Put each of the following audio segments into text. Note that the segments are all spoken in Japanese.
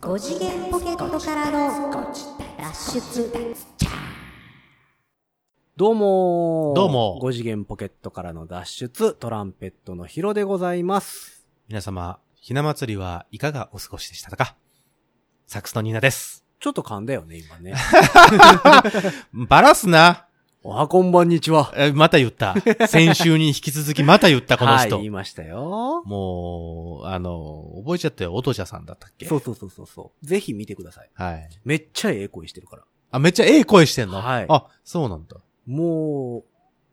5次元ポケットからの脱出どうもーどうも5次元ポケットからの脱出、トランペットのヒロでございます。皆様、ひな祭りはいかがお過ごしでしたかサックスのニーナです。ちょっと噛んだよね、今ね。 バラすなおはこんばんにちは。えまた 言った。先週に引き続きまた言った、このはい、人。言いましたよ。もう、あの、覚えちゃったよ。おとじゃさんだったっけそうそうそうそうそう。ぜひ見てください。はい。めっちゃええ声してるから。あ、めっちゃええ声してんのはいあ、そうなんだ。もう、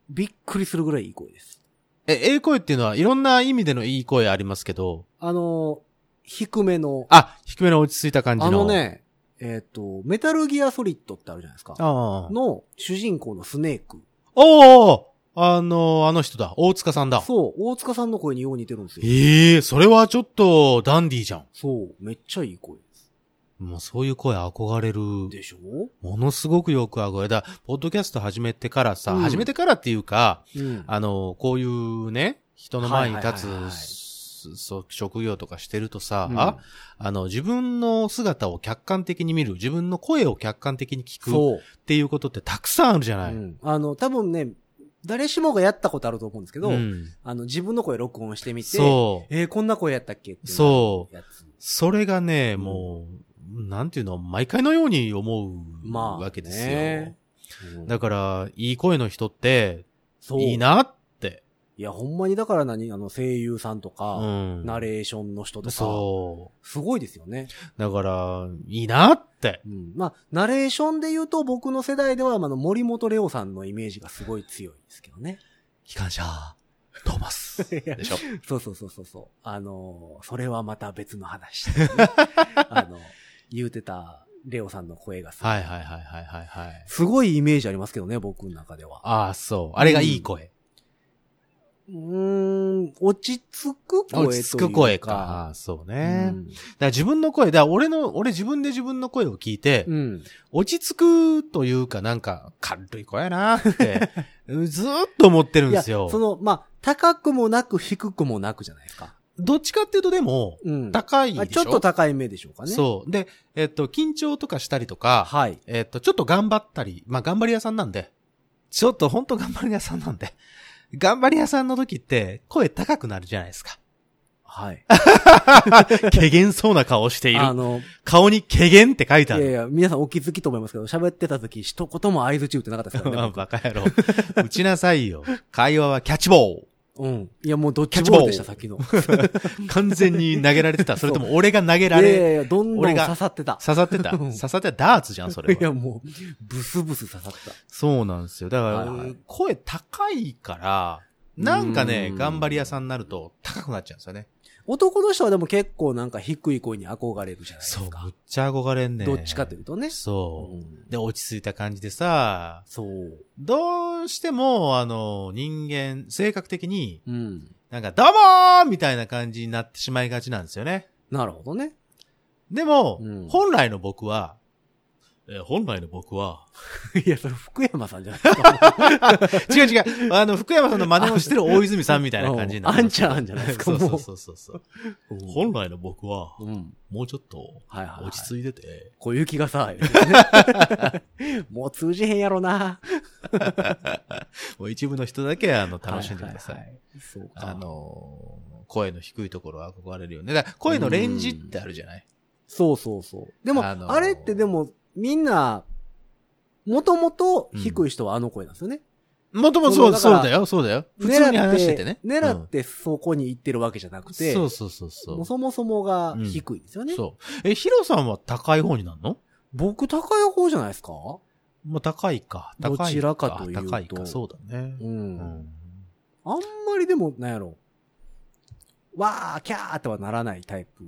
びっくりするぐらいいい声です。え、ええ声っていうのはいろんな意味でのいい声ありますけど、あのー、低めの、あ、低めの落ち着いた感じの。あの。ね、えっ、と、メタルギアソリッドってあるじゃないですか。ああ。の主人公のスネーク。おおあの、あの人だ。大塚さんだ。そう、大塚さんの声によう似てるんですよ。ええそれはちょっと、ダンディーじゃん。そう、めっちゃいい声です。もうそういう声憧れる。でしょものすごくよく憧れだ。ポッドキャスト始めてからさ、うん始めてからっていうか、うん。あの、こういうね、人の前に立はいはいはいはいつ、そう、職業とかしてるとさ、うんああの、自分の姿を客観的に見る、自分の声を客観的に聞くっそう、ていうことってたくさんあるじゃない。うんあの、多分ね、誰しもがやったことあると思うんですけど、うんあの、自分の声録音してみて、そう。えーこんな声やったっけっていそうのやつ。それがね、うんもう、なんていうの、毎回のように思うまあ、わけですよ。ねうんだから、いい声の人って、そう。いいなって。いや、ほんまにだから何あの、声優さんとうか、ん。ナレーションの人とか、そう。すごいですよね。だから、いいなって。うん。まあ、ナレーションで言うと、僕の世代では、あの、森本レオさんのイメージがすごい強いですけどね。機関車、トーマス。 いやでしょ。そうそうそうそうそう。あのー、それはまた別の 話、ね。あの、言うてたレオさんの声がすごい。はいはいはいはいはいはい。すごいイメージありますけどね、僕の中では。ああ、そう。あれがいい声。うーん、落ち着く声というか。落ち着く声か。ああー、そううね。だかん。ら自分の声、だから俺の、俺自分で自分の声を聞いて、うん。落ち着くというかなんか軽い声や なって、ずーっと思ってるんいでや、すそよ。の、まあ、高くもなく低くもなくじゃないですか。どっちかっていうとでも、うん。高いでしまょ。あちょっと高い目でしょうかね。う。そう。で、えっと、緊張とかしたりとか、はい。えっ、と、ちょっと頑張ったり、まあ、頑張り屋さんなんで、ちょっとほんと頑張り屋さんなんで、頑張り屋さんの時って声高くなるじゃないで すか。はい。けげんそうな顔しているあ。の、顔にけげんって書いいてあやいる。や、皆さんお気づきと思いますけど、喋ってた時一言も合図中打ってなかったです からね。バカ野郎。打ちなさいよ。会話はキャッチボール。うん。いや、もうどっちボールでした、キさャっきの。完全に投げられてた。それとも俺が投げらいやれ、いやいや、どんどん俺が刺さって た。刺さってた。刺さってたダーツじゃん、それいや、は。もう、ブスブス刺さった。そうなんですよ。だから、はいはい声高いから、なんかねう、ん頑張り屋さんになると高くなっちゃうんですよね。男の人はでも結構なんか低い声に憧れるじゃないですそう、か。むっちゃ憧れんねどっちかといううとね。そう、うんで、落ち着いた感じでさ、そう。どうしても、あの、人間、性格的に、うん。なんか、どうもーみたいな感じになってしまいがちなんですよね。なるほど ね。でも、うん本来の僕は、えー本来の僕は、 いや、それ福山さんじゃないですか。違う違う、あの、福山さんの真似をしてる大泉さんみたいな感じになうんあんちゃんあんじゃないですかそうそもううそうそうそう。 うん本来の僕は、うん。もうちょっと、はいはいはい落ち着いてて、小雪がさ、言うてね もう通じへんやろな。もう一部の人だけ、あの、楽しんでくださはいは。は。そうあか。のー声の低いところは憧れるよね。だから声のレンジってあるじゃないそうそうそう。でも、あのーあれってでも、みんな、もともと低い人はあの声なんですよね。もともとそそうだう、かそうらだよ、そうだよ。普通に話しててね。狙うっんてそこに行ってるわけじゃなくて、そうそうそうそもうう。そもそもが低いんですよね。そう。え、ヒロさんは高い方になるの僕高い方じゃないですかまあ、高いか。高いどちらかというと高いか、そうだね。う。うんん。あんまりでも、なんやろ。わー、キャーってはならないタイプ。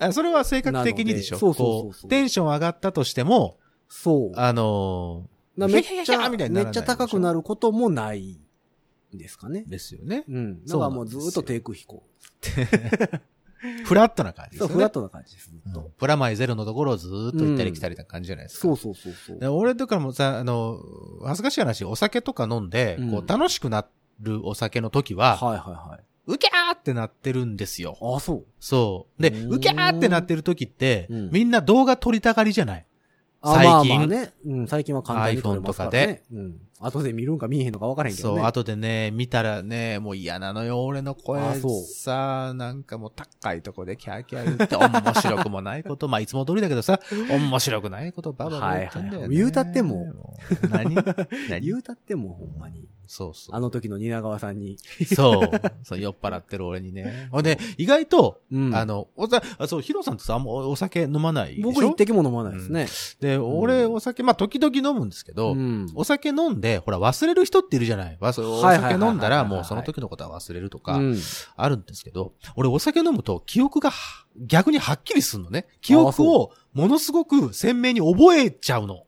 あそれは性格的にでしょなのでそうそうそうそうこテンション上がったとしても、そう。あのなめっヒャヒャちヒャゃ、みたいになめらっなちゃい高くなることもないんですかねー、。ですよね。うん。だそかうらなんもうですずよーっと低空飛行。フラットな感じでそう、すよフラッね。トな感じです。ずっうとんプラマイゼロのところをずーっと行ったり来たりな感じじゃないですかそう。そうそうそうで。俺とかもさ、あの、恥ずかしい話、お酒とか飲んで、うんこう、楽しくなるお酒の時は、はいはいはい。ウキャーってなってるんですよ。あ、そう。そう。で、うんウキャーってなってる時って、うんみんな動画撮りたがりじゃないあ最近まあまあね。うん、最近は簡単に撮れますからね。うん。後で見るんか見えへんのか分からへんけどそね。う、後でね、見たらね、もう嫌なのよ、俺の声あそう。さあ、なんかもう高いとこでキャーキャー言って、 面白くもないこと、まあいつも通りだけどさ、面白くないことばばば言ってんだよ、ねはいはいはい言うたっても う何言何うたっても、ほんまに。そうそあの時の蜷川さんに。う。そう。そう、酔っ払ってる俺にね。ほんで、意外と、うんあの、おさ、あそう、ヒロさんってさ、あんまお酒飲まないでしょ僕一滴も飲まないですね。で、俺、うんお酒、まあ、時々飲むんですけど、うんお酒飲んで、ほら、忘れる人っているじゃない。わおはいはいはいは酒いはい飲んだら、もうその時のことは忘れるとかう、んあるんですけど、俺、お酒飲むと、記憶がは、逆にはっきりするのね。記憶を、ものすごく鮮明に覚えちゃうの。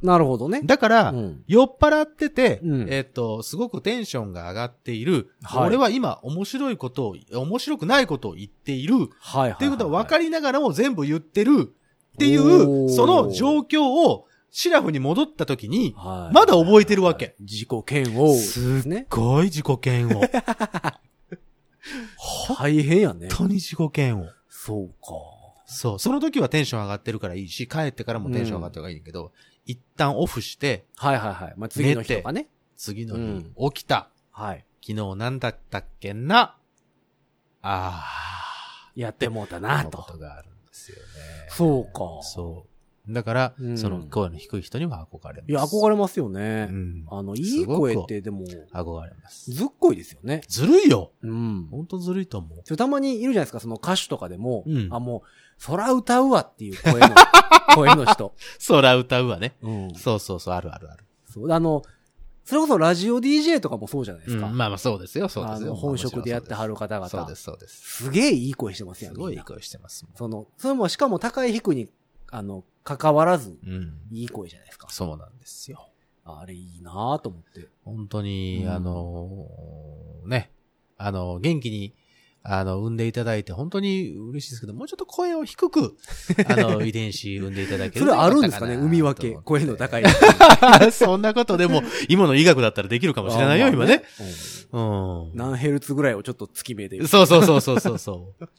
なるほどね。だから、うん酔っ払ってて、うんえっ、と、すごくテンションが上がっている、はい俺は今面白いことを、面白くないことを言っている、はいはいはい。っていうことは分かり、りながらも全部言ってるっていおう、ーその状況をシラフに戻った時に、はい、まだ覚えてるわけ。自己嫌悪。すね。ごい自己嫌悪。 本大変やね。当に自己嫌悪。そうか。そう。その時はテンション上がってるからいいし、帰ってからもテンション上がってるからいいんだけど、一旦オフして、はいはいはい。まあ、次の日とかね。次のう日ん起きた。はい。昨日何だったっけな。あやってもうたー。な。このこととがあるんですよね。そうか。そう。だから、うんその声の低い人には憧れます。いや、憧れますよね。うんあの、いいすごく声ってでも、憧れます。ずっこいですよね。ずるいようん。ほんとずるいと思う。たまにいるじゃないですか、その歌手とかでも、うんあ、もう、そら歌うわっていう声の、 声の人。空歌うわね。うん。そうそうそう、あるあるある。そう、あの、それこそラジオ DJ とかもそうじゃないですか。うんまあまあそうですよ、そうであすよ。の、本職でやってはる方々。そうです、そうです。すげえいい声してますやん。すごいみんいいな声してますもその、それもしかも高い低いに、あの、関わらず、ん。うん。いい声じゃないですか。そうなんですよ。あれいいなぁと思って。本当に、うんあのーね、あの、元気に、あの、産んでいただいて、本当に嬉しいですけど、もうちょっと声を低く、あ の、遺伝子産んでいただけそるれとあるんですかねよ海みか分ったなけ。と声の高い。思って そんなことでも、今の医学だったらできるかもしれないよ、今ね。あ。まあうんうん。何ヘルツぐらいをちょっと月目で。そうそうそうそうそうそう。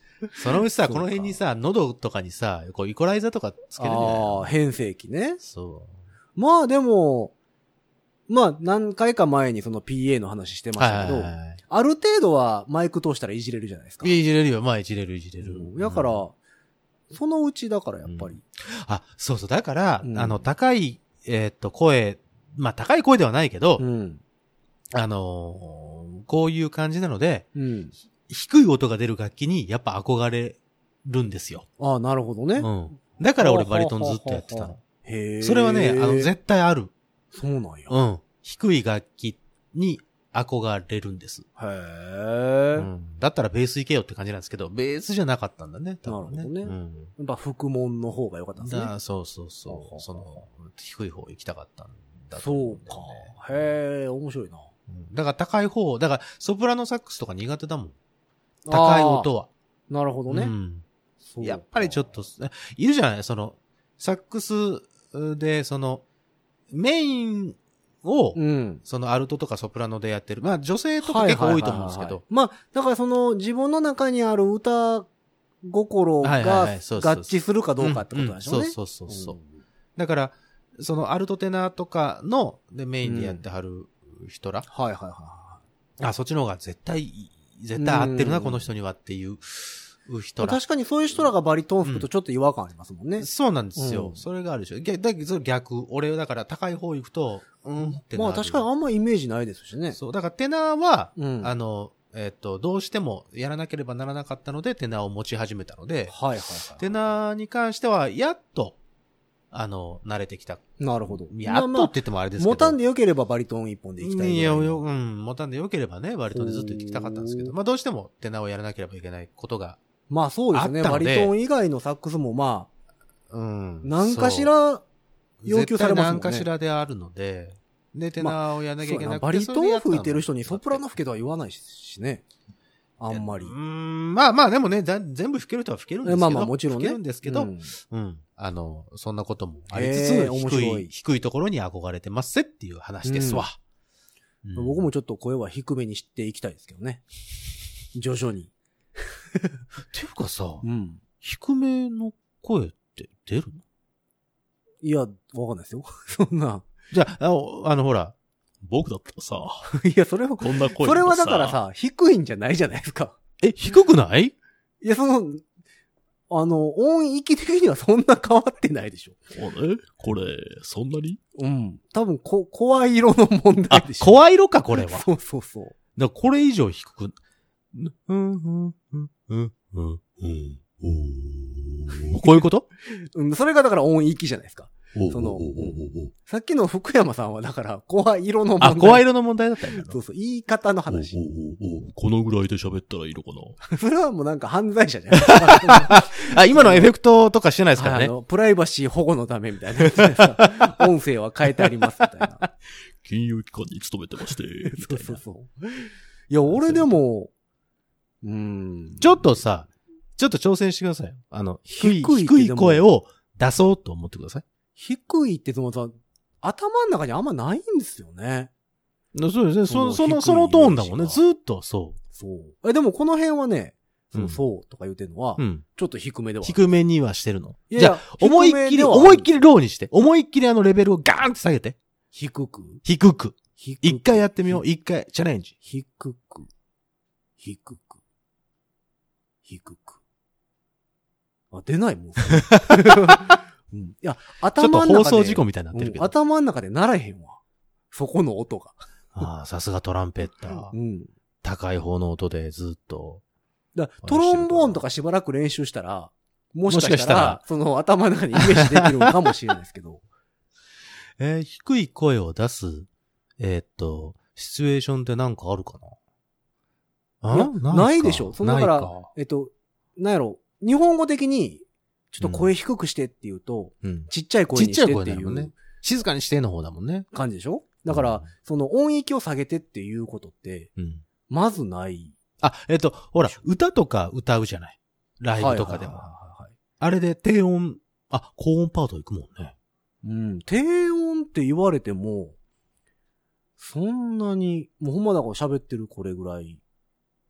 そのうちさ、そうこかの辺にさ、喉とかにさ、こう、イコライザーとかつけるじゃああ、ない変声期ね。そまあでも、まあ何回か前にその PA の話してう。まはしいたけはいど、はある程度はマイク通したらいじれるじゃないですか。い。いじれるよ。まあ、いじれる、いじれるうん。だから、うんそのうちだからやっぱり。あ、そうそう。だから、うんあの、高い、えーっと、声、まあ、高い声ではないけど、うん。あのーこういう感じなので、うん。低い音が出る楽器にやっぱ憧れるんですよ。ああ、なるほどね。うん。だから俺バリトンずっとやってたほうほうほうの。へえ。それはね、あの、絶対ある。そうなんや。うん。低い楽器に憧れるんです。へえ。うんだったらベースいけよって感じなんですけど、ベースじゃなかったんだね。多分なるほどねうんやっぱ、副門の方が良かったんですだね。そうそほううそほうう。その、低い方行きたかったんだとそ思うんだかよね。へえ、面白いな。うんだから高い方を、だからソプラノサックスとか苦手だもん。高い音は。あー。なるほどねう。んそうかやっぱりちょっと、いるじゃないその、サックスで、その、メインを、うん。そのアルトとかソプラノでやってる。まあ女性とか結構多いと思うんですけはいはいはいはいど。。まあ、だからその自分の中にある歌心がはいはい合はいそうそうそう致するかどうかってことなんでしょうね。んんそうそうそうそう。だから、そのアルトテナーとかの、で、メインでやってはる人ら、うんはいはいはあ、そっちの方が絶対いい、絶対合ってるな、うんこの人にはっていう人い。ら。確かにそういう人らがバリトン吹くとちょっと違和感ありますもんね。そうなんですよ。うんそれがあるでしょ。逆、だけど逆。俺、だから高い方行くと、うんってなまる。あ確かにあんまイメージないですしね。そう。だからテナーは、うんあの、えっ、と、どうしてもやらなければならなかったので、テナーを持ち始めたので、はいはいはテナーに関しては、やっと、あの、慣れてきた。い。なるほど。やっとまあって言ってもあれですけど。持たんで良ければバリトン一本でいきたいぐらいの。いや、よ、うん、持たんでよければね、割とでずっと言ってきたかったんですけほど、うまあどうしても手名をやらなければいけないことが、まあそうですあね。ったバのでリトン以外のサックスもまあ、うん。何かしそうら、要求されますもんね絶対何かしらであるので、で、手名をやらなきゃいけなくて、バリトそれでやンったの吹いてる人にソプラノ吹けとは言わないしね。あんまりう。ん、まあまあでもね、だ全部吹ける人は吹けるんですけえど。まあまあもちろんね。吹けるんですけど、ううん、んあの、そんなこともありつへつ、え面低白いい、低いところに憧れてますっていう話ですわ。うん僕もちょっと声は低めにしていきたいですけどね。徐々に。ていうかさ、うん。低めの声って出るのいや、わかんないですよ。 そんな。じゃあ、あの、あのほら、僕だったらさ、いや、それは、こんな声それはだから、さ、低いんじゃないじゃないですか。 え、低くないいや、その、あの、音域的にはそんな変わってないでしょ。これ、そんなにうん。多分、こ、声色の問題あで、しょ。声色か、これは。だ かそうそうそう。らこれ以上低く、うん、うん、うん、うん、うん、うんおーこういうことうん、それがだから音域じゃないですか。 そそのさっきの福山さんはだから、声色の問題。あ、声色の問題だったんやなそうそう、言い方の話。このぐらいで喋ったらいいのかそれはもうなんか犯罪者じゃない はなあ、今のエフェクトとかしてないですからいあね。の、プライバシー保護のためみた いなやつじゃないですか。音声は変えてありますみたいな。金融機関に勤めてま して、そうそうそう。いや、俺でも、うん。ちょっとさ、ちょっと挑戦してください。あの、低い、低い低い声を出そうと思ってください。低いってそのさ、頭の中にあんまないんですよね。そうですね。そその、そのの、低いそのトーンだもんね。イメージがずーっと、そそう。え、でもこの辺はね、そのうんそうとか言ってるのはう。う、ん。ちょっと低めではある。低めにはしてるの。いやいじやゃあ、思いっ低きめでり、はある思いっきりローにして。思いっきりあのレベルをガーンって下げて。低く低く。低く一回やってみよう。一回、チャレンジ。低く、低く、低く。あ、出ない もん。うん、いや、ちょっと頭の中で。放送事故みたいになってるけうんど。頭の中でならへんわ。そこの音が。ああ、さすがトランペッターう。ん。高い方の音でずーっと。だからトロンボーンとかしばらく練習したら、もしかしたら、もしかしたらその頭の中にイメージできるのかもしれないですけ ど。えー低い声を出す、えーっと、シチュエーションってなんかあるかなあいやかないでしょそんなからないかえっと、なんやろ、日本語的に、ちょっと声低くしてって言うと、うん。ちっちゃい声にしてってちっちゃい声になるいもんうね静かにしての方だもんね。感じでしょだから、うんその音域を下げてっていうことって、うん。まずない。あ、えーっと、ほら、歌とか歌うじゃないライブとかでも。はいはいはいはいあれで低音、あ、高音パート行くもんね。うん。低音って言われても、そんなに、もうほんまだから喋ってるこれぐらい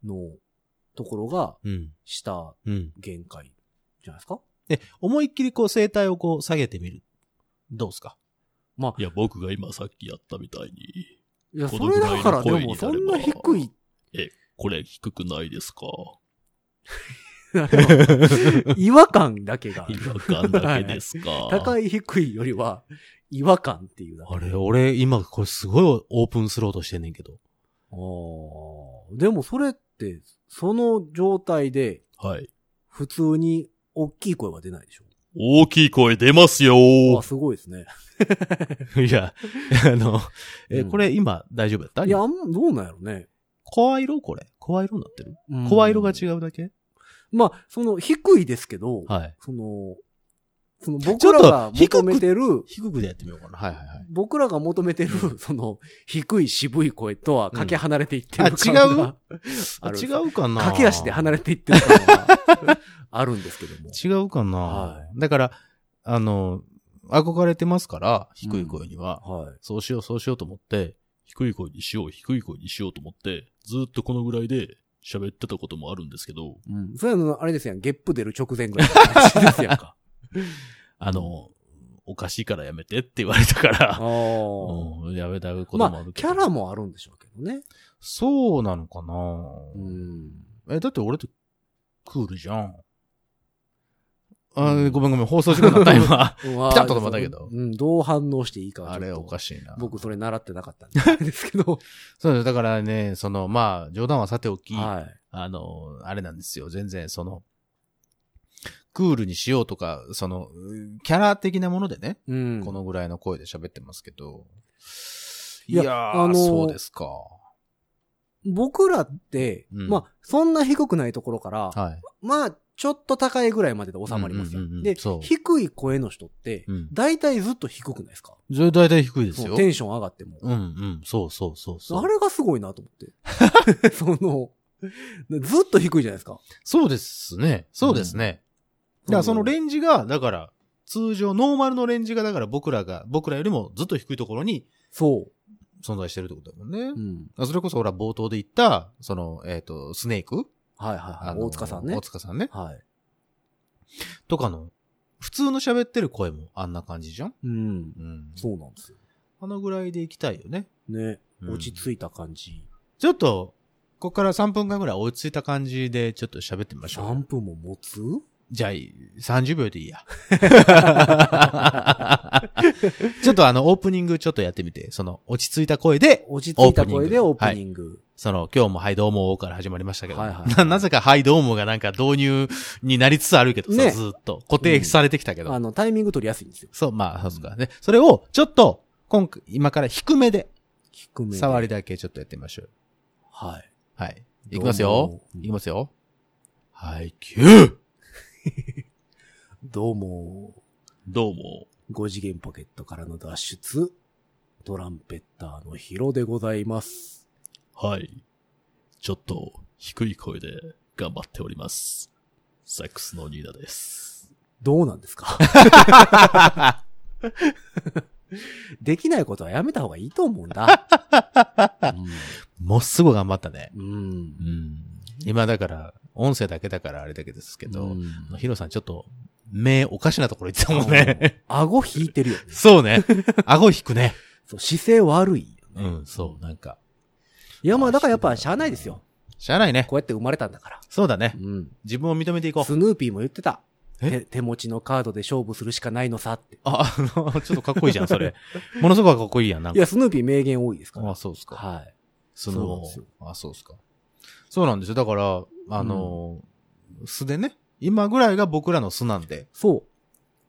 のところがうん。下うん。限界じゃないですかで、思いっきりこう声帯をこう下げてみる。どうですかまあいや、僕が今さっきやったみたいに、いや、そこのれぐらいだのからで声も、になそれんばな低い。これ低くないですか違和感だけが。違和感だけですか、高い低いよりは、違和感っていうだけ。あれ、俺今これすごいオープンスローとしてんねんけど。 あーでもそれって、その状態で、はい。普通に大きい声は出ないでしょ。大きい声出ますよあ、すごいですね。いや、あの、え、うんこれ今大丈夫だったいや、あんまどうなんやろね。声色これ。声色になってるうん声色が違うだけまあ、その、低いですけど、はい。その、その僕らがちょっと求めてる、低くでやってみようかな。はいはいはい。僕らが求めてる、 その、低い渋い声とはかけ離れていってるうんあ感が、違うああ、る違うかな駆け足で離れていってる感があるんですけども。 違うかな、はだから、あの、憧れてますから、低い声には。はい。そうしよう、そうしようと思って、低い声にしよう、低い声にしようと思って、ずーっとこのぐらいで喋ってたこともあるんですけど、うん。そういうの、あれですやん。ゲップ出る直前ぐらいの感じですやんか。あの、おかしいからやめてって言われたかあら、あ。うん、やめたこともあまある、けキど。ャラもあるんでしょうけどね。そうなのかな、うん。え、だって俺って、クールじゃん。あー、ごめんごめん、放送事故になった今。ピピタッと止まったけどうん、どう反応していいかはちょ あっとれおかしいな。僕それ習ってなかったんであれですけ ど。そうです。だからね、その、まあ、冗談はさておき、はい。あの、あれなんですよ。全然、その、クールにしようとか、その、うキャラ的なものでね、うん。このぐらいの声で喋ってますけど、いいややあー、のーそうですか。僕らって、うんまあ、そんな低くないところから、はい。まあ、ちょっと高いぐらいまでで収まりますようんうんうんう。んでそ、う低い声の人って、うん。大体ずっと低くないですかそれ大体低いですそよ。のうテんンション上がっても。うん。そうそうそうそう。あれがすごいなと思って。 その、ずっと低いじゃないですか。そうですね。そうですね。うんだからそのレンジが、だから、通常、ノーマルのレンジが、だから僕らが、僕らよりもずっと低いところに、そう。存在してるってことだもんね。うん。あそれこそ、ほら、冒頭で言った、その、えっ、と、スネーク、はいはいはあい。の大塚さんね大。塚さんね。はい。とかの、普通の喋ってる声もあんな感じじゃんうん。うん。そうなんですよ。あのぐらいで行きたいよね。ね。うん落ち着いた感じ。ちょっと、ここから3分間ぐらい落ち着いた感じで、ちょっと喋ってみましょう3。分も持 つじゃあ、30秒でいいや。ちょっとあの、オープニングちょっとやってみて、その、落ち着いた声で、落ち着いた声でオオーーププニニング。その、今日もはいどうもから始まりましたけど、はいはい ななぜかはいどうもがなんか導入になりつつあるけどさ、ねずーっと固定されてきたけど。あの、タイミング取りやすいんですよ。そう、まあ、そうっすかね。それを、ちょっと、今回、今から低めで、低めで。触りだけちょっとやってみましょう。はい。はい。いきますどうよも。うんいきますよ。はい、9! どうも、どうも。 5次元ポケットからの脱出、トランペッターのヒロでございます。はい。ちょっと低い声で頑張っております。サックスのニーナです。どうなんです かできないことはやめた方がいいと思うん だ。もうすぐ頑張ったね。うん。うんうん。今だから、音声だけだからあれだけですけど、うんヒロさんちょっと、目おかしなところ行ってたもんね。顎引いてるよね。そ うね。顎引くね。そう、姿勢悪いようね。ん、そう、なんか。いや、まあ、だからやっぱしゃあないですよ。しゃあないね。こうやって生まれたんだから。そうだねう。ん。自分を認めていこう。スヌーピーも言ってた。え手手持ちのカードで勝負するしかないのさって。あ、あの、ちょっとかっこいいじ ゃん、そ れ。ものすごくかっこいいやん、なんいか。や、スヌーピー名言多いですから。あ、そうっすか。はい。そそうなんのですよ、あ、そうっすか。そうなんですよ。だから、あの、素でね、今ぐらいが僕らの素なんで、そ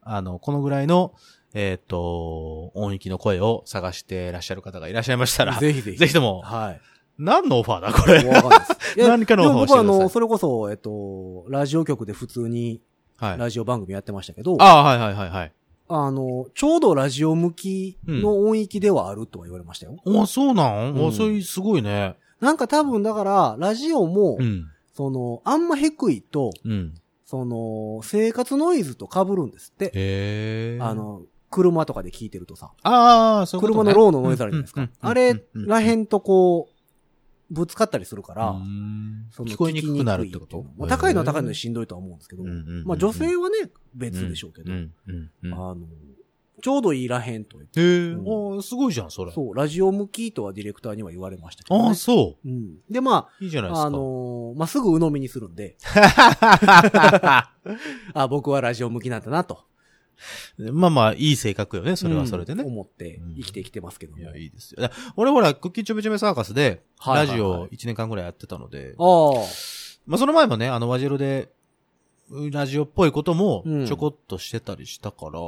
あの、このぐらいの、えっ、と、音域の声を探してらっしゃる方がいらっしゃいましたら、う。ぜぜひぜひ。ひとも、はい。何のオファーだ、これ。わかん ないです。いや何かのオファーをしでも僕てくださいはあの、それこそ、えっと、ラジオ局で普通にはい。ラジオ番組やってましたけど、あああ、はいはいはいはい。の、ちょうどラジオ向きの音域ではあるとは言われましたよ。おそうなん、うんおそれすごいね。なんか多分だから、ラジオも、ん。その、あんま低いと、うん。その、生活ノイズと被るんですって。へえ。あ、の、車とかで聞いてるとさ、ああ、そういうこと、車ね。のローのノイズあるじゃないですか。あれらへんんとこう、ぶつかったりするから、その聞こえにくくなるってこ聞きとにくいまあ高いのは高いのでし、しんどいとは思うんですけど、うんうんうんうんまあ女性はね、別でしょうけど、うんうんうんうんあの、ちょうどいいらへんと言って、へえ、うんおーすごいじゃん、それ。そう、ラジオ向きとはディレクターには言われましたけど、ああ、ね。そうん。で、まう。いいじゃないですあ、か。あのーまあ、すぐ鵜呑みにするん で、あ僕はラジオ向きなんだなと。まあまあ、いい性格よね、それはそれでね。うん思って生きてきてますけども。いや、いいですよ。だ俺ほら、クッキーちょめちょめサーカスで、はいはいラはいジオ1年間ぐらいやってたので、ああ。まあその前もね、あの、ワジェロで、ラジオっぽいこともうんちょこっとしてたりしたから、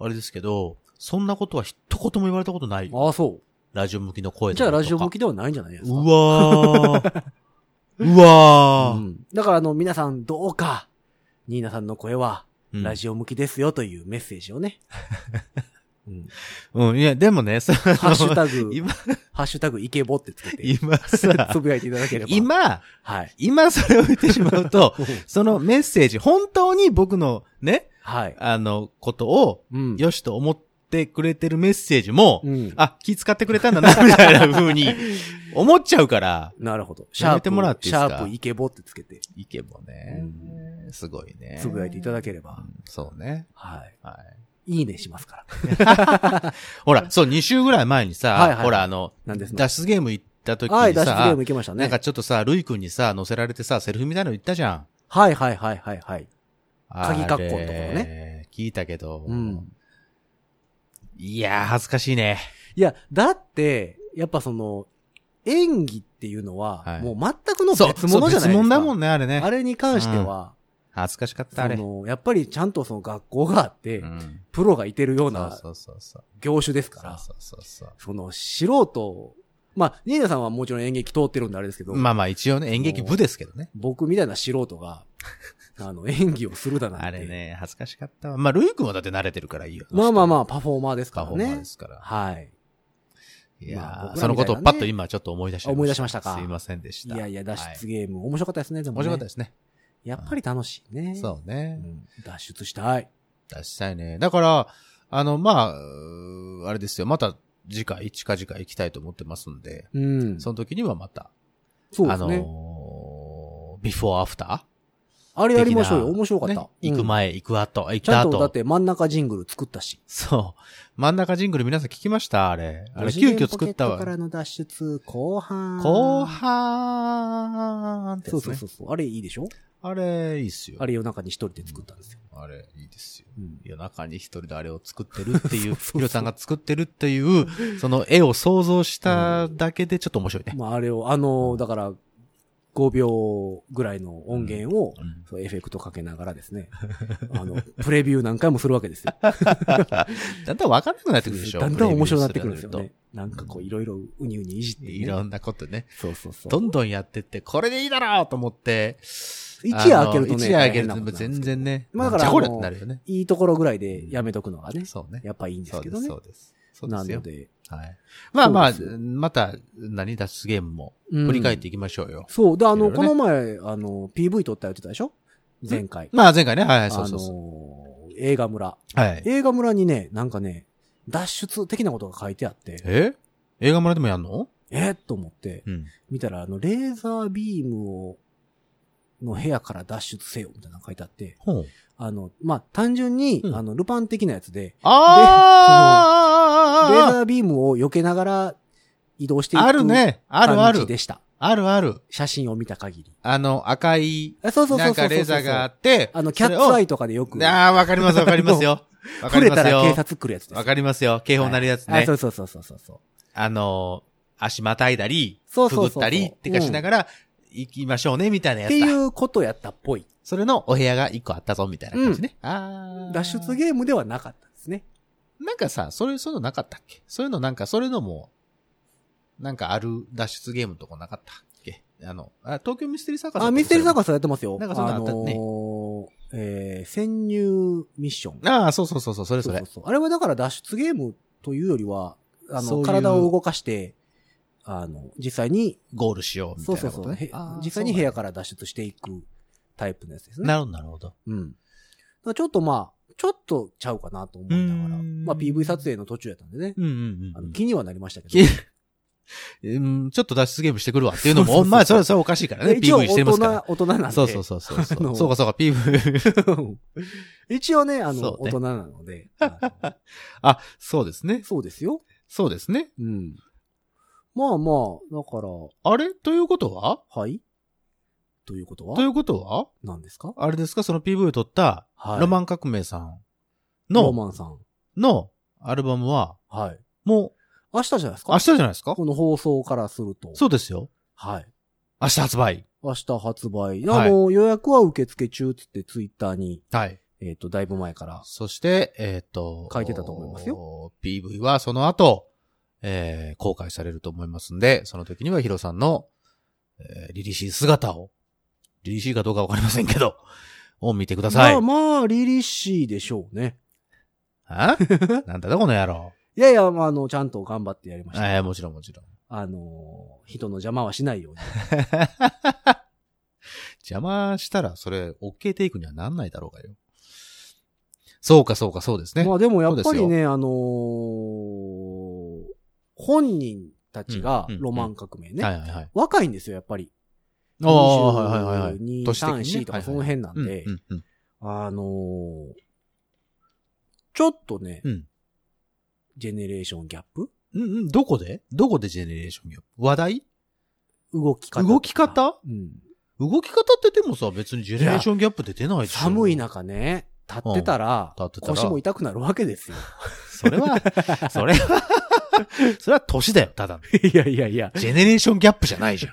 あれですけど、そんなことは一言も言われたことないよ。ああ、そラジオ向きの声う。だじとゃあかラジオ向きではないんじゃないですか。うわー。うわ うー。んだからあの、皆さんどうか、ニーナさんの声は、うんラジオ向きですよというメッセージを ね。うんうん、いや、でもね、そのハッシュタグ、 今、 ハッシュタグイケボってつけて、今さつ、ぶやいていただければ。今、 はい。今それを言ってしまう と、そのメッセージ、本当に僕のね、はい。あの、ことを、うん。よしと思ってくれてるメッセージも、うん。あ、気使ってくれたんだな、み たいな風に、思っちゃうから、なるほど。シャやめープ、てもらっていシいですかャープイケボってつけて、いけもね、すごいね。つぶやいていただければ。うんそうね。は。はいいいねしますから。い。ほら、そう、2週ぐらい前にさ、はいはいはいほら、あの、なんですの脱出ゲーム行った時にさ、はい、脱出ゲーム行きましたなんねか。ちょっとさ、ルイ君にさ、乗せられてさ、セルフみたいなの言ったじゃん。はいはいはいはいはい。鍵あれ括弧のところね。聞いたけど、うんいやー、恥ずかしいね。いや、だって、やっぱその、演技っていうのはは、いもう全くの別物じゃないですか。そう別物だもんね、あれね。あれに関しては、恥ずかしかった、そあれ。の、やっぱりちゃんとその学校があって、うんプロがいてるようそうなそうそうそう。業種ですかそうら、そうそうそう。その素人、まあ、ニーナさんはもちろん演劇通ってるんであれですけど、まあまあ一応ね、演劇部ですけどね。僕みたいな素人 が、あの、演技をするだなんて。あれね、恥ずかしかったわ。まあ、ルイ君はだって慣れてるからいいよ。まあまあまあ。あ、パフォーマーですかパらフォーマーでね。すから。はい。いやー、まあ僕らみたいなねそのことをパッと今ちょっと思い出し思い出しましたかすいませんでしいた。やいや、脱はい出ゲーム、面白かったですね、でも、ね。面白かったですね。やっぱり楽しいね。そううね。ん脱出したい。出したいね。だから、あの、まあうー、あれですよ。また、次回、近々行きたいと思ってますんで、うん。その時にはまた、そうであすのね。ービフォーアフタあれーやりましょうよ。面白かったね。行くうん前、行く後、行っちゃたんとだ後っ。て真ん中ジングル作ったし。そう。真ん中ジングル皆さん聞きましたあれ。あれ、急遽作五次元ったポケットからわ。の脱出後半。後半ってそうやつそねうそうそう。あれいいでしょあれ、いいっすよ。あれ夜中に一人で作ったんですよ。あれ、いいですよ。うん夜中に一人であれを作ってるっ ていう、ヒロさんが作ってるっていう、その絵を想像しただけでちょっと面白いね。まああれを、あのー、だから、5秒ぐらいの音源を、うんそうエフェクトかけながらですね、あの、プレビュー何回もするわけですよ。だんだん分かんなくなってくるでしょ。だんだん面白くなってくるんですよプレビューね。なんかこう、いろいろウニウニいじって、するね。と。いろんなことね。そうそうそう。どんどんやってって、これでいいだろうと思って。一夜明けるとねあの一夜明ける大変なことなんでとすけど全然ね。まあだからなんじゃこりゃってなるよね。いいところぐらいでやめとくのがね、そうね。やっぱいいんですそうけでどす、ねそ。うです。そうでなすよの。で、はい。まあまあそうです、また、何脱出ゲームもうん振り返っていきましょうよ。そう。で、あの、いろいこのろね前、あの、PV 撮った言ってたでしょ前回。まあ前回ね、はいはい、そうそうそう。あのー映画村。はい。映画村にね、なんかね、脱出的なことが書いてあって、え映画村でもやんのえーっと思って、うん。見たら、あの、レーザービームを、の部屋から脱出せよ、みたいなの書いてあって、ほう。あの、まあ、単純に、うんあの、ルパン的なやつで、レーあーザービームを避けながら移動していくあるね。あるあ感じる。でした。あるある。写真を見た限り。あの、赤い、あそうそうそうなそうんそうそう。かレーザーがあって、あの、キャッツアイ。イとかでよく、ああ、わかります、わかりますよ。わか触れりまたすら警よ。察来るやつです。わかりますよ。警報鳴るやつはいねあ、そ。うそうそうそうそうそう。あの、足またいだり、そうくそうそうぐっそうたりってかしながら、行きましょうね、みたいなっやてついだ。うことやったっぽい。それのお部屋が一個あったぞ、みたいな感じね。ああ。脱出ゲームではなかったですね。なんかさ、それ、そういうのなかったっけそういうのなんか、それのも、なんかある脱出ゲームとかなかったっけあの、あ、東京ミステリーサーカスあ、ミステリーサーカカスやってますよ。なんかそんなあのあのったねー、えー、潜入ミッション。ああ、そうそうそうそう、それそそうれ。そうそう。あれはだから脱出ゲームというよりは、あそうの、いう体を動かして、あの、実際に、ゴールしようみそたいうなそうそことう、ね。へあー実際に部屋から脱出していくタイプのやつですそうね。なんやなるほど、なるうん。だからちょっとまあ、ちょっとちゃうかなと思いながら、うーんまあ PV 撮影の途中やったんでねほ、ど。うんうんあうのん気にはなりましたけど。気うん。うん、ちょっと脱出ゲームしてくるわっていうそのうそうも、そうまあ、それはそれはおかしいからね。で一応 PV 大してますか人、大人なんで。ら。そうそうそうそうそあのう。そうかそうか、PV。 一応ね、あの、そう大ね人なの で。あのあ、そうですね。そうですよ。そうですね。うん。まあまあ、だから、あれということははいということはということは何ですかあれですかその PV を撮った、はいロマン革命さんロの、マンさん。のアルバムは、はい。も明日じゃないですう、か明日じゃないですかこの放送からすると。そうですよ。はい。明日発売。明日発売。はいあの、予約は受付中っつってツイッターに、はい。えっと、だいぶ前から。そして、えっ、と、書いてたと思いますよ。PV はその後、えー、公開されると思いますんで、その時にはヒロさんの、えー、リリシー姿を、リリシーかどうかわかりませんけど、を見てください。まあまあ、リリシーでしょうね。あ なんだだこの野郎。いやいや、まあ、あの、ちゃんと頑張ってやりました。えー、もちろんもちろん。あの、人の邪魔はしないように。 邪魔したら、それ、OK テイクにはなんないだろうがよ。そうか、そうか、そうですね。まあでもやっそぱうでりすね、あのー本人たちがうんうんうんロマン革命ね。はいはいはい。若いんですよ、やっぱり。ああ、はいはいはい。 22年的にね3とかその辺なんでうんうんあのーちょっとね、うんジェネレーションギャップうんうんうん。どこでどこでジェネレーションよ。話題動き方。動き方うん。動き方ってでもさ、別にジェネレーションギャップで出ないでしょ。寒い。中ね、立ってたら、うん立ってたら腰も痛くなるわけ ですよ。それは、 それは、それは年だよ、ただの。いやいやいや。ジェネレーションギャップじゃないじゃん。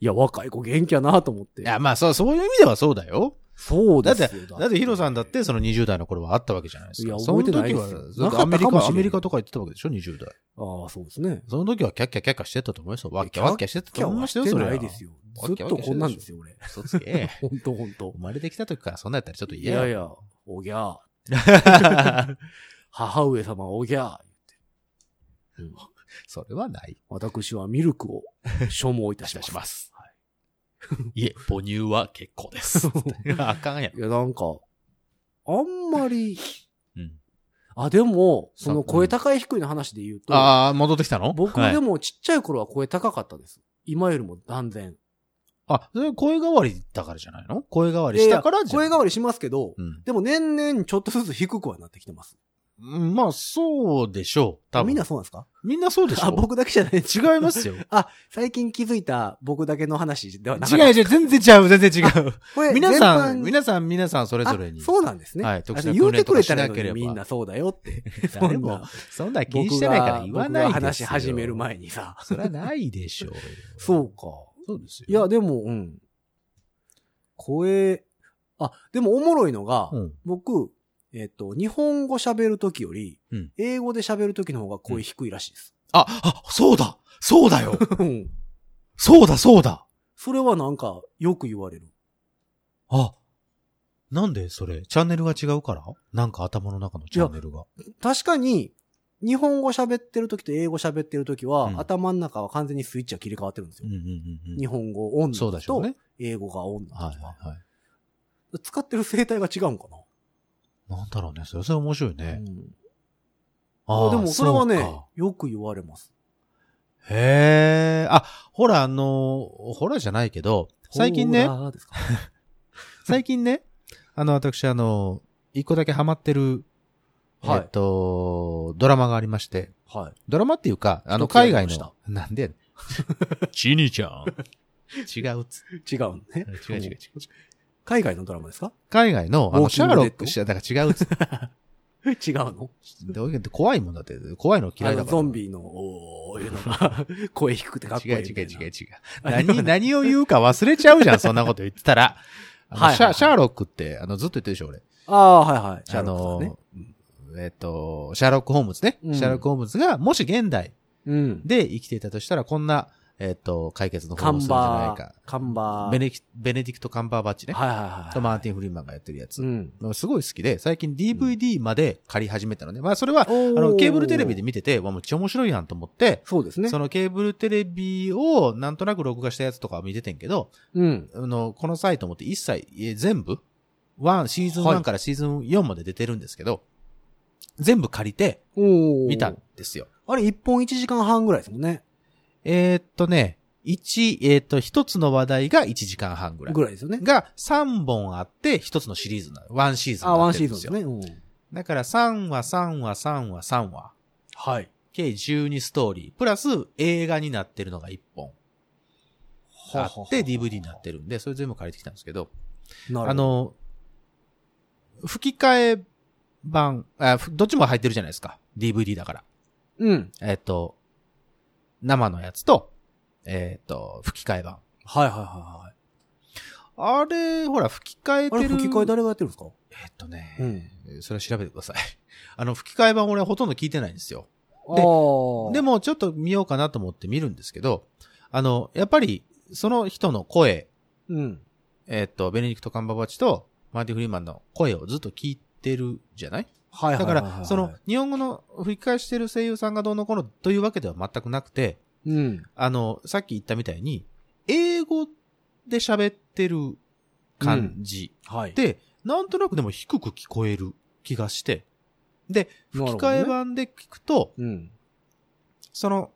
いや、若い子元気やなと思ってい。や、まあ、そう、そういう意味ではそうだよ。そうだでっすよて、だってヒロさんだってその20代の頃はあったわけじゃないですか。いや覚えてないですよその時はなずかっとったアメリかもしれカ、アんメリカとか行ってたわけでしょ、20代。ああ、そうですね。その時はキャッキャキャッキャしてたと思いますよ。わっきゃいやわっきゃしてた今と日思いはまししたよ、てそれは。ないですよ。わずっっきゃわっきゃしてたでしょとこんなんですよ、俺。嘘つけ。ほんとほんと生。まれてきた時からそんなんやったらちょっとい嫌やよいや、おぎゃー。母上様おぎゃー。うんそれはない。私はミルクを所望いたしいまたす。します。 いえ、母乳は結構です。 あかんやんいや、なんか、あんまり、うんあ、でも、そさの声高い低いの話で言うと、ああ、戻ってきたの僕はいでもちっちゃい頃は声高かったです。今よりも断然。あ、それ声変わりだからじゃないの声変わりしたからいやいやじゃん。声変わりしますけど、うんでも年々ちょっとずつ低くはなってきてます。うん。まあ、そうでしょう。多分。みんな、そうなんですかみんなそうでしょあ、僕だけじゃない。違いますよ。あ、最近気づいた僕だけの話ではなか違うった。違う、全然違う、全然違う。これ皆さ全般ん、皆さん、皆さん、それぞれに。あそうなんですね。はいあ特殊な言うてくれた訓練らとかしなければみんなそうだよって。そ 誰 んもな、そんな気にし僕てないからが言わ僕ないですがよ。話し始める。前にさ。それはないでしょうよ。そうか。そうですよ。いや、でも、うん。声、あ、でもおもろいのが、うん。僕、えっ、と、日本語喋るときより、うん英語で喋るときの方が声低いらしいです。 あ、あ、そうだそうだようん。そうだ、そうだそれはなんか、よく言われる。あ、なんでそれチャンネルが違うからなんか頭の中のチャンネルが。確かに、日本語喋ってるときと英語喋ってるときは、うん頭の中は完全にスイッチが切り替わってるんですうよん。うんうん日う本語オンん。のそうだ時しょうと、ね。英語がオンの時ははいはいはい。使ってる声帯が違うんかな、なんだろうね。それ、それ面白いね。うんああ、でもそれはねうか、よく言われます。へえ。あ、ほら、あの、ほらじゃないけど、最近ねホ、ーラーですか最近ね、あの、私、あの、一個だけハマってる、はいえっと、ドラマがありまして、はい。ドラマっていうか、あの、一つや海りま外したの、なんでやねチニちゃん。ん、違うっつ。違うね。違う違う違う。海外のドラマですか海外の、あウォーの、シキンャグーロデッッドク、しだから違うっつ。違うのどういうこと怖いもんだって、怖いの嫌いあだのから。ゾンビの、おー、いうのが、 声低くてかっこいい違うみ違たいうな。違う違う。何、何を言うか忘れちゃうじゃん、そんなこと言ってたら。あのはいはいはいシャシャーロックって、あの、ずっと言ってるでしょ、俺。ああ、はいはい。シャあーロックさんのね。、えっと、シャーロック・ホームズね。うんシャーロック・ホームズが、もし現代うん。で生きていたとしたら、こんな、えっと、解決の方カ法をすンるんじゃなバいーか。、カンバー。ベネキベネディクト・カンバーバッチね。はいはいはい。とマーティン・フリーマンがやってるやつ。うん。すごい好きで、最近 DVD まで借り始めたのね。まあ、それは、おあの、ケーブルテレビで見てて、わ、めっちゃ面白いやんと思って、そうですねそ。のケーブルテレビをなんとなく録画したやつとかは見ててんけど、うん。あの、この際と思って一切、え全部、ワン、シーズンはい1からシーズン4まで出てるんですけど、全部借りておー見たんですよ。あれ、1本1時間半ぐらいですもんね。えーっとね、一えーっと、一つの話題が1時間半ぐらい。ぐらいですよね。が3本あって、一つのシリーズな、ワンシーズンあ、にワなンってシるーんですズよ。ンですね。うん。だから3話、3話、3話、3話。はい。計12ストーリー、プラス映画になってるのが1本あって、DVD になってるんで、それ全部借りてきたんですけど、なるほどあ、の、吹き替え版、あふどっちも入ってるじゃないですか。DVD だから。うん。えっと、生のやつと、えっと、吹き替え版。はいはいはいはい。あれ、ほら、吹き替えあてれ、る。吹き替え誰がやってるんですかえっとね、ん。それは調べてください。あの、吹き替え版俺はほとんど聞いてないんですよ。でもでもちょっと見ようかなと思って見るんですけど、あの、やっぱり、その人の声、うん。えっ、と、ベネディクト・カンバーバッチとマーティ・フリーマンの声をずっと聞いてるじゃないはいはだいはかいはい。ら、その、、日本語の吹き返してる声優さんがどうのこうのというわけでは全くなくて、うん。あの、さっき言ったみたいに、英語で喋ってる感じはい。で、なんとなくでも低く聞こえる気がして、で、な吹るきほどね替え版で聞くと、うん。その、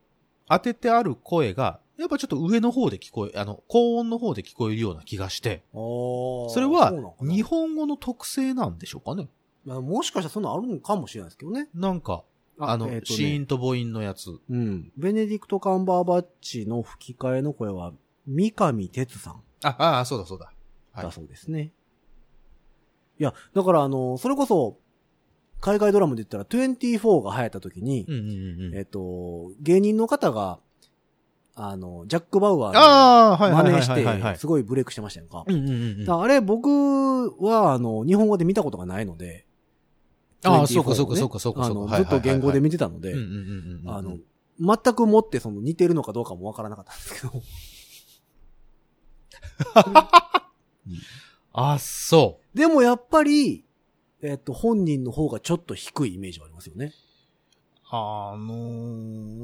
当ててある声が、やっぱちょっと上の方で聞こえ、あの、高音の方で聞こえるような気がして、そそれはうなの、かな日本語の特性なんでしょうかねまあもしかしたらそんなのあるのかもしれないですけどね。なんか、あの、えーとねシーンと母音のやつ。うん。ベネディクト・カンバーバッチの吹き替えの声は、三上哲さんあ、ああ、そうだそうだ。はいだそうですね。いや、だからあの、それこそ、海外ドラマで言ったら24が流行った時に、うんうんうんうえん。っと、芸人の方が、あの、ジャック・バウアーのああ、はいはい真似はいしはいはいはて、い。すごいブレイクしてましたやんか。うんうんうんうん。だからあれ、僕は、あの、日本語で見たことがないので、あ24あそうかをねそうかそうかそうかそうかあのずっと言語で見てたのうでんう、んうんうん。あの、、全くもってその似てるのかどうかもわからなかったんですけど、 あ、そでもやっぱり、えっと、本人の方がちょっと低いイメージはありますよね。う。あの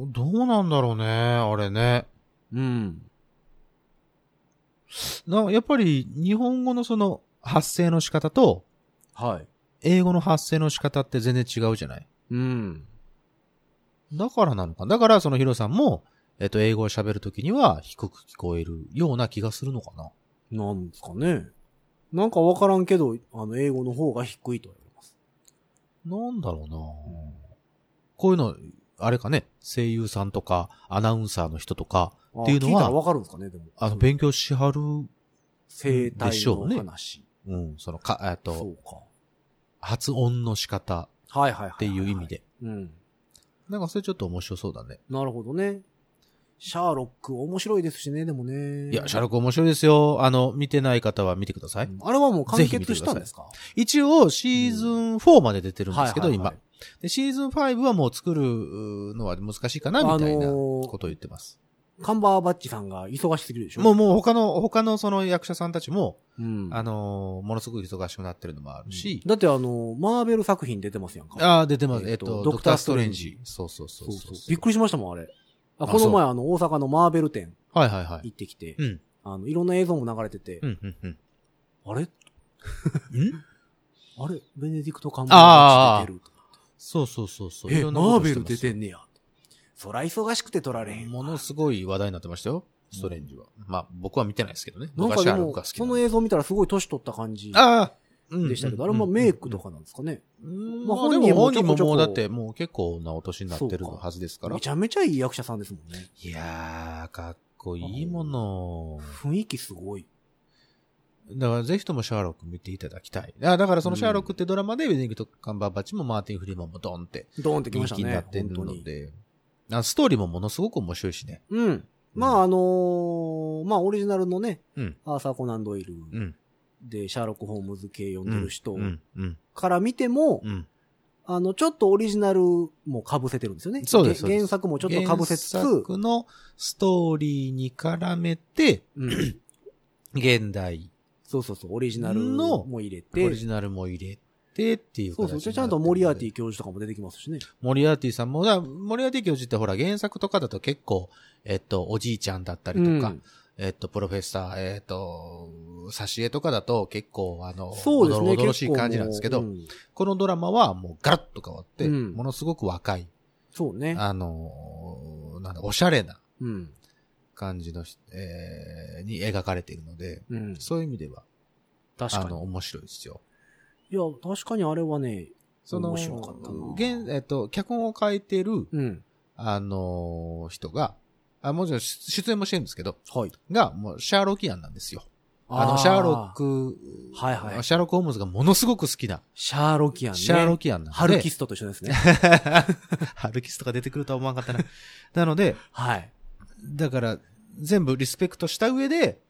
ー、どうなんだろうね、あれね。うん。なやっぱり、日本語のその、発声の仕方と、はい。英語の発声の仕方って全然違うじゃないうん。だからなのか。だからそのヒロさんも、えっと、英語を喋るときには低く聞こえるような気がするのかな。なんですかね。なんかわからんけど、あの、英語の方が低いとは言われます。なんだろうな、こういうの、あれかね、声優さんとか、アナウンサーの人とか、あっていうのは聞いたらわかるんですかね、でも。あの、勉強しはる、生態でしょうねの話。うん、その、か、えっそと、うか。発音の仕方はいはいはいはい。っていう意味。で。うん。なんかそれちょっと面白そうだね。なるほどね。シャーロック面白いですしね、でもね。いや、シャーロッック面白いですよ。あの、見てない方は見てください。あれはもう完ぜひ見てく結だしさいたんですか一応、シーズン4まで出てるんですけど、はいはいはい今。で、シーズン5はもう作るのは難しいかな、みたいなあのーことを言ってます。カンバーバッチさんが忙しすぎるでしょもう、もう他の、他のその役者さんたちも、うん。あのーものすごく忙しくなってるのもあるし、だってあの、マーベル作品出てますやんか。ああ、出てます。ええっっと、とドクターストレンドジク。そうそうそうそうそそうう。びっくりしましたもん、あれ。ああこの前あの、大阪のマーベル展はいはいは行い。ってきて、うん。あの、いろんな映像も流れてて、うん、うん、うん。あれ あれベネディクト・カンあバーバッーチ出てると。そうそうそうそう。いえ、ろんなマこーとベしてルます出てんねや。そら忙しくて撮られへん。ものすごい話題になってましたよ。ストレンジは。まあ、僕は見てないですけどね。なん僕はかシでャーロッもクが好、きそなんので。映像見たらすごい年取った感じでああ、うんしたけど、あれもメイクと。かなんですかね。うんままあ、あ本人も、本本人人ももちょこちょこもうだって、もう結構なお年になってるはずですからめ。ちゃめちゃいい役者さんですもんね。いやー、かっこいいもの。雰囲気すごい。だから、ぜひともシャーロック見ていただきたい。あだから、そのシャーロックってドラマで、ウェディングとカンバーバッチもマーティン・フリーマンもドンってドーンってき人ました気にね。なってる本当のに。で、あストーリーもものすごく面白いしね。うん。まあ、あのーまあ、オリジナルのね、うんアーサー・コナン・ドイルうん。で、シャーロック・ホームズ系読んでる人うん、うん、から見ても、うん。あの、ちょっとオリジナルも被せてるんですよね。そうですそうです原作もちょっと被せつつ、原作のストーリーに絡めて、うん現代、そうそうそう、オリジナルのも入れオリて、ジナルも入れてっていうそうそう、ちゃんとモリアーティ。教授とかも出てきますしね。モリアーティさんも、だモリアーティ教授ってほら、原作とかだと結構、えっと、おじいちゃんだったりとか、うんえっと、プロフェッサー、えっと、挿絵とかだと結構、あの、そうですね。おどろおどろしい感じなんですけど、結構もううんこのドラマはもうガラッと変わって、うんものすごく若い、そうね。あの、なんだ、おしゃれなうん。感じのし、えーに描かれているので、うん。そういう意味では、確あかの、に。面白いですよ。いや、確かにあれはね、その、面白かったな現、えっと、脚本を書いてる、うん。あのー人が、あ、もちろん出出演もしてるんですけど、はい。が、もう、シャーロキアンなんですよ。あの、シャーロッ。ク、はいはいシャーロック・ホームズがものすごく好きな、シャーロキアンね。シャーロキアンなんで。ハルキストと一緒ですね。 ハルキスとか出てくるとは思わなかったな。なので、はい。だから、全部リスペクトした上で、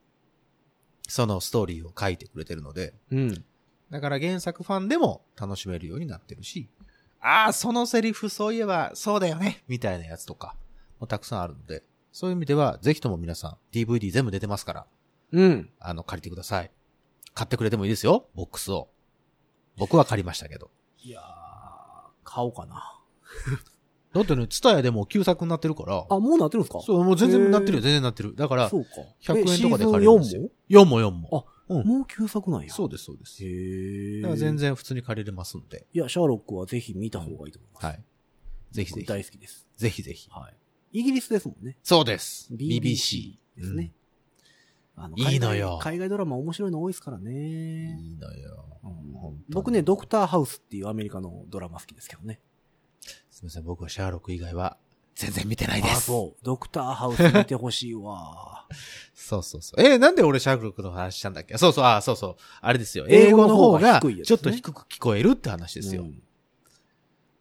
そのストーリーを書いてくれてるので、うん。だから原作ファンでも楽しめるようになってるし、ああ、そのセリフそういえばそうだよね、みたいなやつとかもたくさんあるので、そういう意味ではぜひとも皆さん DVD 全部出てますから、うん。あの、借りてください。買ってくれてもいいですよ、ボックスを。僕は借りましたけど。いやー、買おうかな。だってね、ツタヤでもう旧作になってるから、あ、もうなってるんですかそう、もう全へ然ーなってるよ、全然なってる。だから、そうか。 100え円とかでシーズン借りるんですよ。4も4も。4うんももう旧作なんや。そうでです、そうです。へだー。から全。然普通に借りれますんで。いや、シャーロックはぜひ見た方がいいと思います。はい。ぜひぜ僕ひ。大好きです。ぜひぜひ。はい。イギリスですもんね。そうです。BBC BBC。ですね。あのいいのよ海外海外ドラマ面白いの多いですからうん。ね。いいのよ。うん僕ね、ドクターハウスっていうアメリカのドラマ好きですけどね。すみません、僕はシャーロック以外は全然見てないであ、す。そう。ドクターハウス見てほしいわ。そうそうそう。えーなんで俺シャーロックの話したんだっけそうそう、あー、そうそう。あれですよ。英英語語のの方方ががち低いやつねょっと低く聞こえるって話 ですよ。うん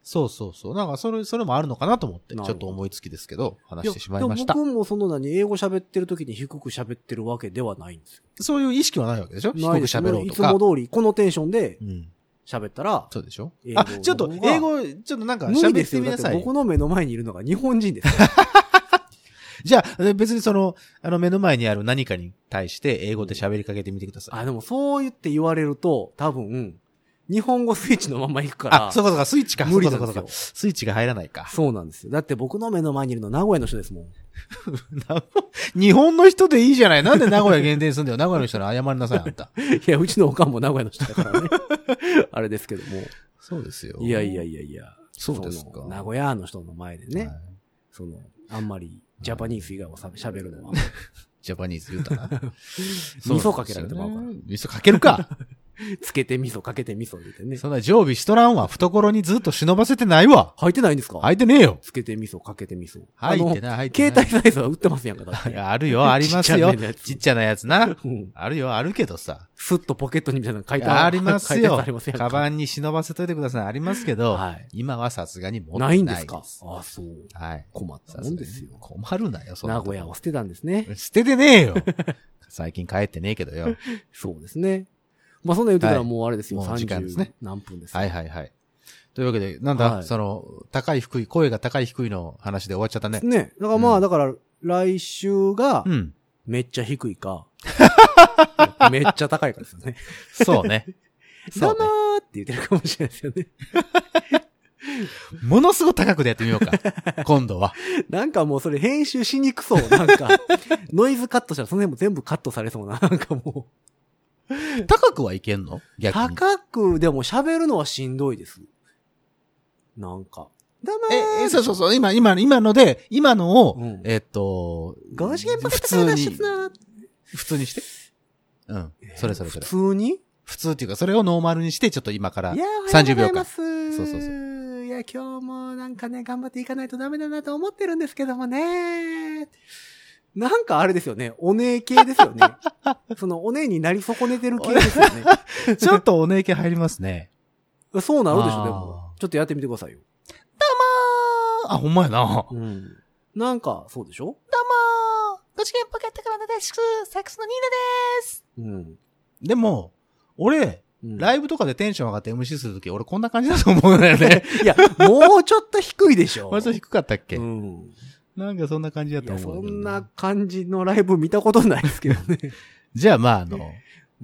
そうそうそう。なんかそれ、それもあるのかなと思って、ちなょるほどっと思いつきですけど、話やしてしまいましたで。も僕もその何、英語喋ってる時に低く喋ってるわけではないんですよ。そういう意識はないわけでしょ低くないですね喋ろういとつかも。通り、このテンションでうん。喋ったら、そうでしょ英語あ、の方がちょっと、英語、ちょっとなんか無理で喋っすてよ。みだなってさいよ僕。の目の前にいるのが日本人 ですよ。じゃあ、別にその、あの目の前にある何かに対して英語で喋りかけてみてください。あ、でもそう言って言われると、多分、日本語スイッチのまま行くから。あ、そうかそうか、スイッチか。無理そうかなそんうでか。すよ。スイッチが入らないか。そうなんですよ。だって僕の目の前にいるの名古屋の人ですもん。 日本の人でいいじゃない。なんで名古屋限定にすんだよ。名古屋の人に謝りなさい、あ んた。いや、うちのおかんも名古屋の人だから ね。あれですけども。そうですよいやいやいやいや。そうですかの名古屋の人の前でね、はいその、あんまりジャパニーズ以外を喋るのは。ジャパニーズ言うたな。 味噌かけられてまうからそうなんですよね味噌かけるか。つけて味噌、かけて味噌入れてね。そんな常備しとらんわ。懐にずっと忍ばせてないわ。入ってないんですか入ってねえよ。つけて味噌、かけて味噌。入ってあない、入っのて携ない。帯サイズは売ってますやんか、だって。ある よ、ありますちっよちゃめのや。つちっちゃなやつな。うんあるよ、あるけど さ。スッとポケットにみたいなの書いてあります書いたやよつあります。やんカバンに忍ばせといてください。ありますけどはい、今はさすがに持ってなないい。んですかあ、そう。はい。困ったさもすんがでにすよ。困るなよ、そんな名とこ古屋を捨てたんですね。捨ててね えよ。最近帰ってねえけどよ。そうですね。まあ、そんな言うてたらもうあれですよ。はいもう時間です30ね何分です。はいはいはい。というわけで、なんだ、はいその、高い低い、声が高い低いの話で終わっちゃったね。ね。だからまうあ、んだから、来週がう、ん。めっちゃ低い か、めっちゃ高いかですよね。そ うね。ど そううもね。ーって言ってるかもしれないですよね。ものすごく高くでやってみようか。今度は。なんかもうそれ編集しにくそう。なん か、ノイズカットしたらその辺も全部カットされそうな。なんかも高くはいけんのう、逆に。高くでも喋るのはしんどいです。なんか。だまーえ、えそうそうそう。今、今、今ので、今のを、うんえっと、ガシゲンパ普スタ通出にし、な普通にして。うん。それそれ普それ。通に普通っていうか、それをノーマルにして、ちょっと今からいやー、おはよう30ござ秒いま間。す。そうそうそいや、今日もなんかね、頑張っていかないとダメだなと思ってるんですけどもね。なんかあれですよね。お姉系ですよ ね。その、お姉になり損ねてる系ですよ ね。ちょっとおねえけ入りますね。そうなるでしょ、であも。ちょっとやってみてくださいよ。あ、ほんまやな。うん。なんか、そうでしょご次元ポケットからの脱出、サックスのニーナです。うん。でも、俺、うんライブとかでテンション上がって MC するとき、俺こんな感じだと思うんだよ ね。 いや、もうちょっと低いでしょ。割と低かったっけ、うん。なんかそんな感じだいとや、思そうけどね。んな感じのライブ見たことないですけどね。じゃあまあ、あの、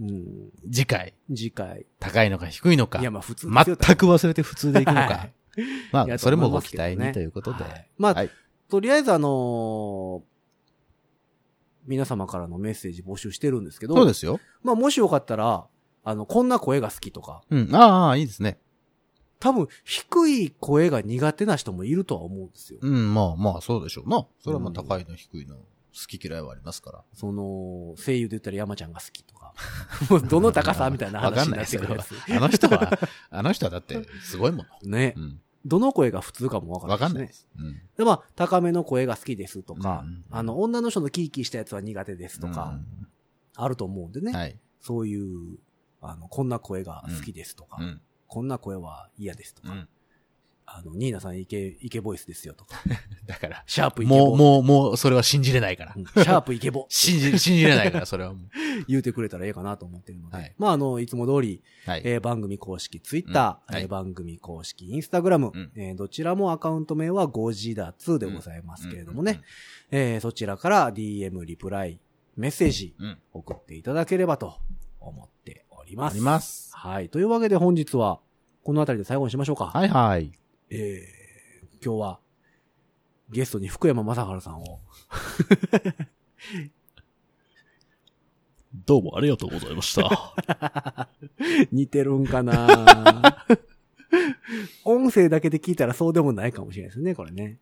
うん。次回、次回。高いのか低いのかい、や、まあ普通です全よく忘れて普通でいく のはかい。まいあ、やそれもと思ごいます期けど待ねにということで。はいまあ、はいとりあえずあのー皆様からのメッセージ募集してるんですけど、そうですよ。まあもしよかったら、あの、こんな声が好きとか、うん。ああ、いいですね。多分低い声が苦手な人もいるとは思うんですよ。うん、まあまあ、そうでしょうな。それはまあ、高いの低いの、好き嫌いはありますから。その、声優で言ったら山ちゃんが好きとか、 もうどの高さみたいな わか話んになないってそくれるはやつ。あの人は、あの人はだって、すごいもの。ねう。ん。どの声が普通かもわわかかんんなないいでですす。うん。ね。で、まあ、高めの声が好きですとか、うんあの、女の人のキーキーしたやつは苦手ですとか、あると思うんでうね。んはい。そういう、あの、こんな声が好きですとか、うん。こんな声は嫌ですとか、うん。あの、ニーナさんイケ、イケボイスですよと か、だから、シャープイケボ。もう、もう、もう、それは信じれないからう。んシャープイケボ 信じ、信じれないから、それはもう。言うてくれたらええかなと思ってるので、はいまあ、あの、いつも通り、はい。えー番組公式ツイッター、うんはいえー番組公式インスタグラム、うんえーどちらもアカウント名はゴジダ2でございますけれどもね、えーそちらから DM、リプライ、メッセージうん。うん。うん送っていただければと思っておりま あす。ります。はい。というわけで本日は、この辺りで最後にしましょうか。はいはい。えー、今日は、ゲストに福山雅治さんを、 どうもありがとうございました。 似てるんか な音声だけで聞いたらそうでもないかもしれないですね、これ ね。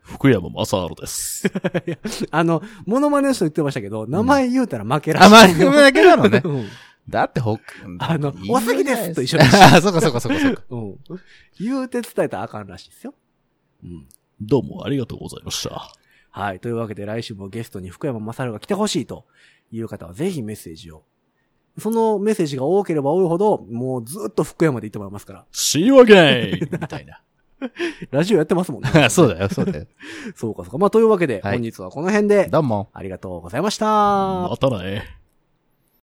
福山雅治です。あの、モノマネの人言ってましたけど、名前言うたら負けらしい。。甘い組だけなのねうん だって、ほっ、あのいいじゃなおいすぎですと一緒に ああ、そうかそうかそうかそうか。うん。言うて伝えたらあかんらしいですよ。うん。どうもありがとうございました。はい。というわけで来週もゲストに福山雅治が来てほしいという方はぜひメッセージを。そのメッセージが多ければ多いほど、もうずっと福山で言ってもらいますから。 See you again! みたいラジオやってますもんね。 な。そうだよ、そうだよ。そうかそうか。まあ、というわけで、はい本日はこの辺で、どうも。ありがとうございました。またね。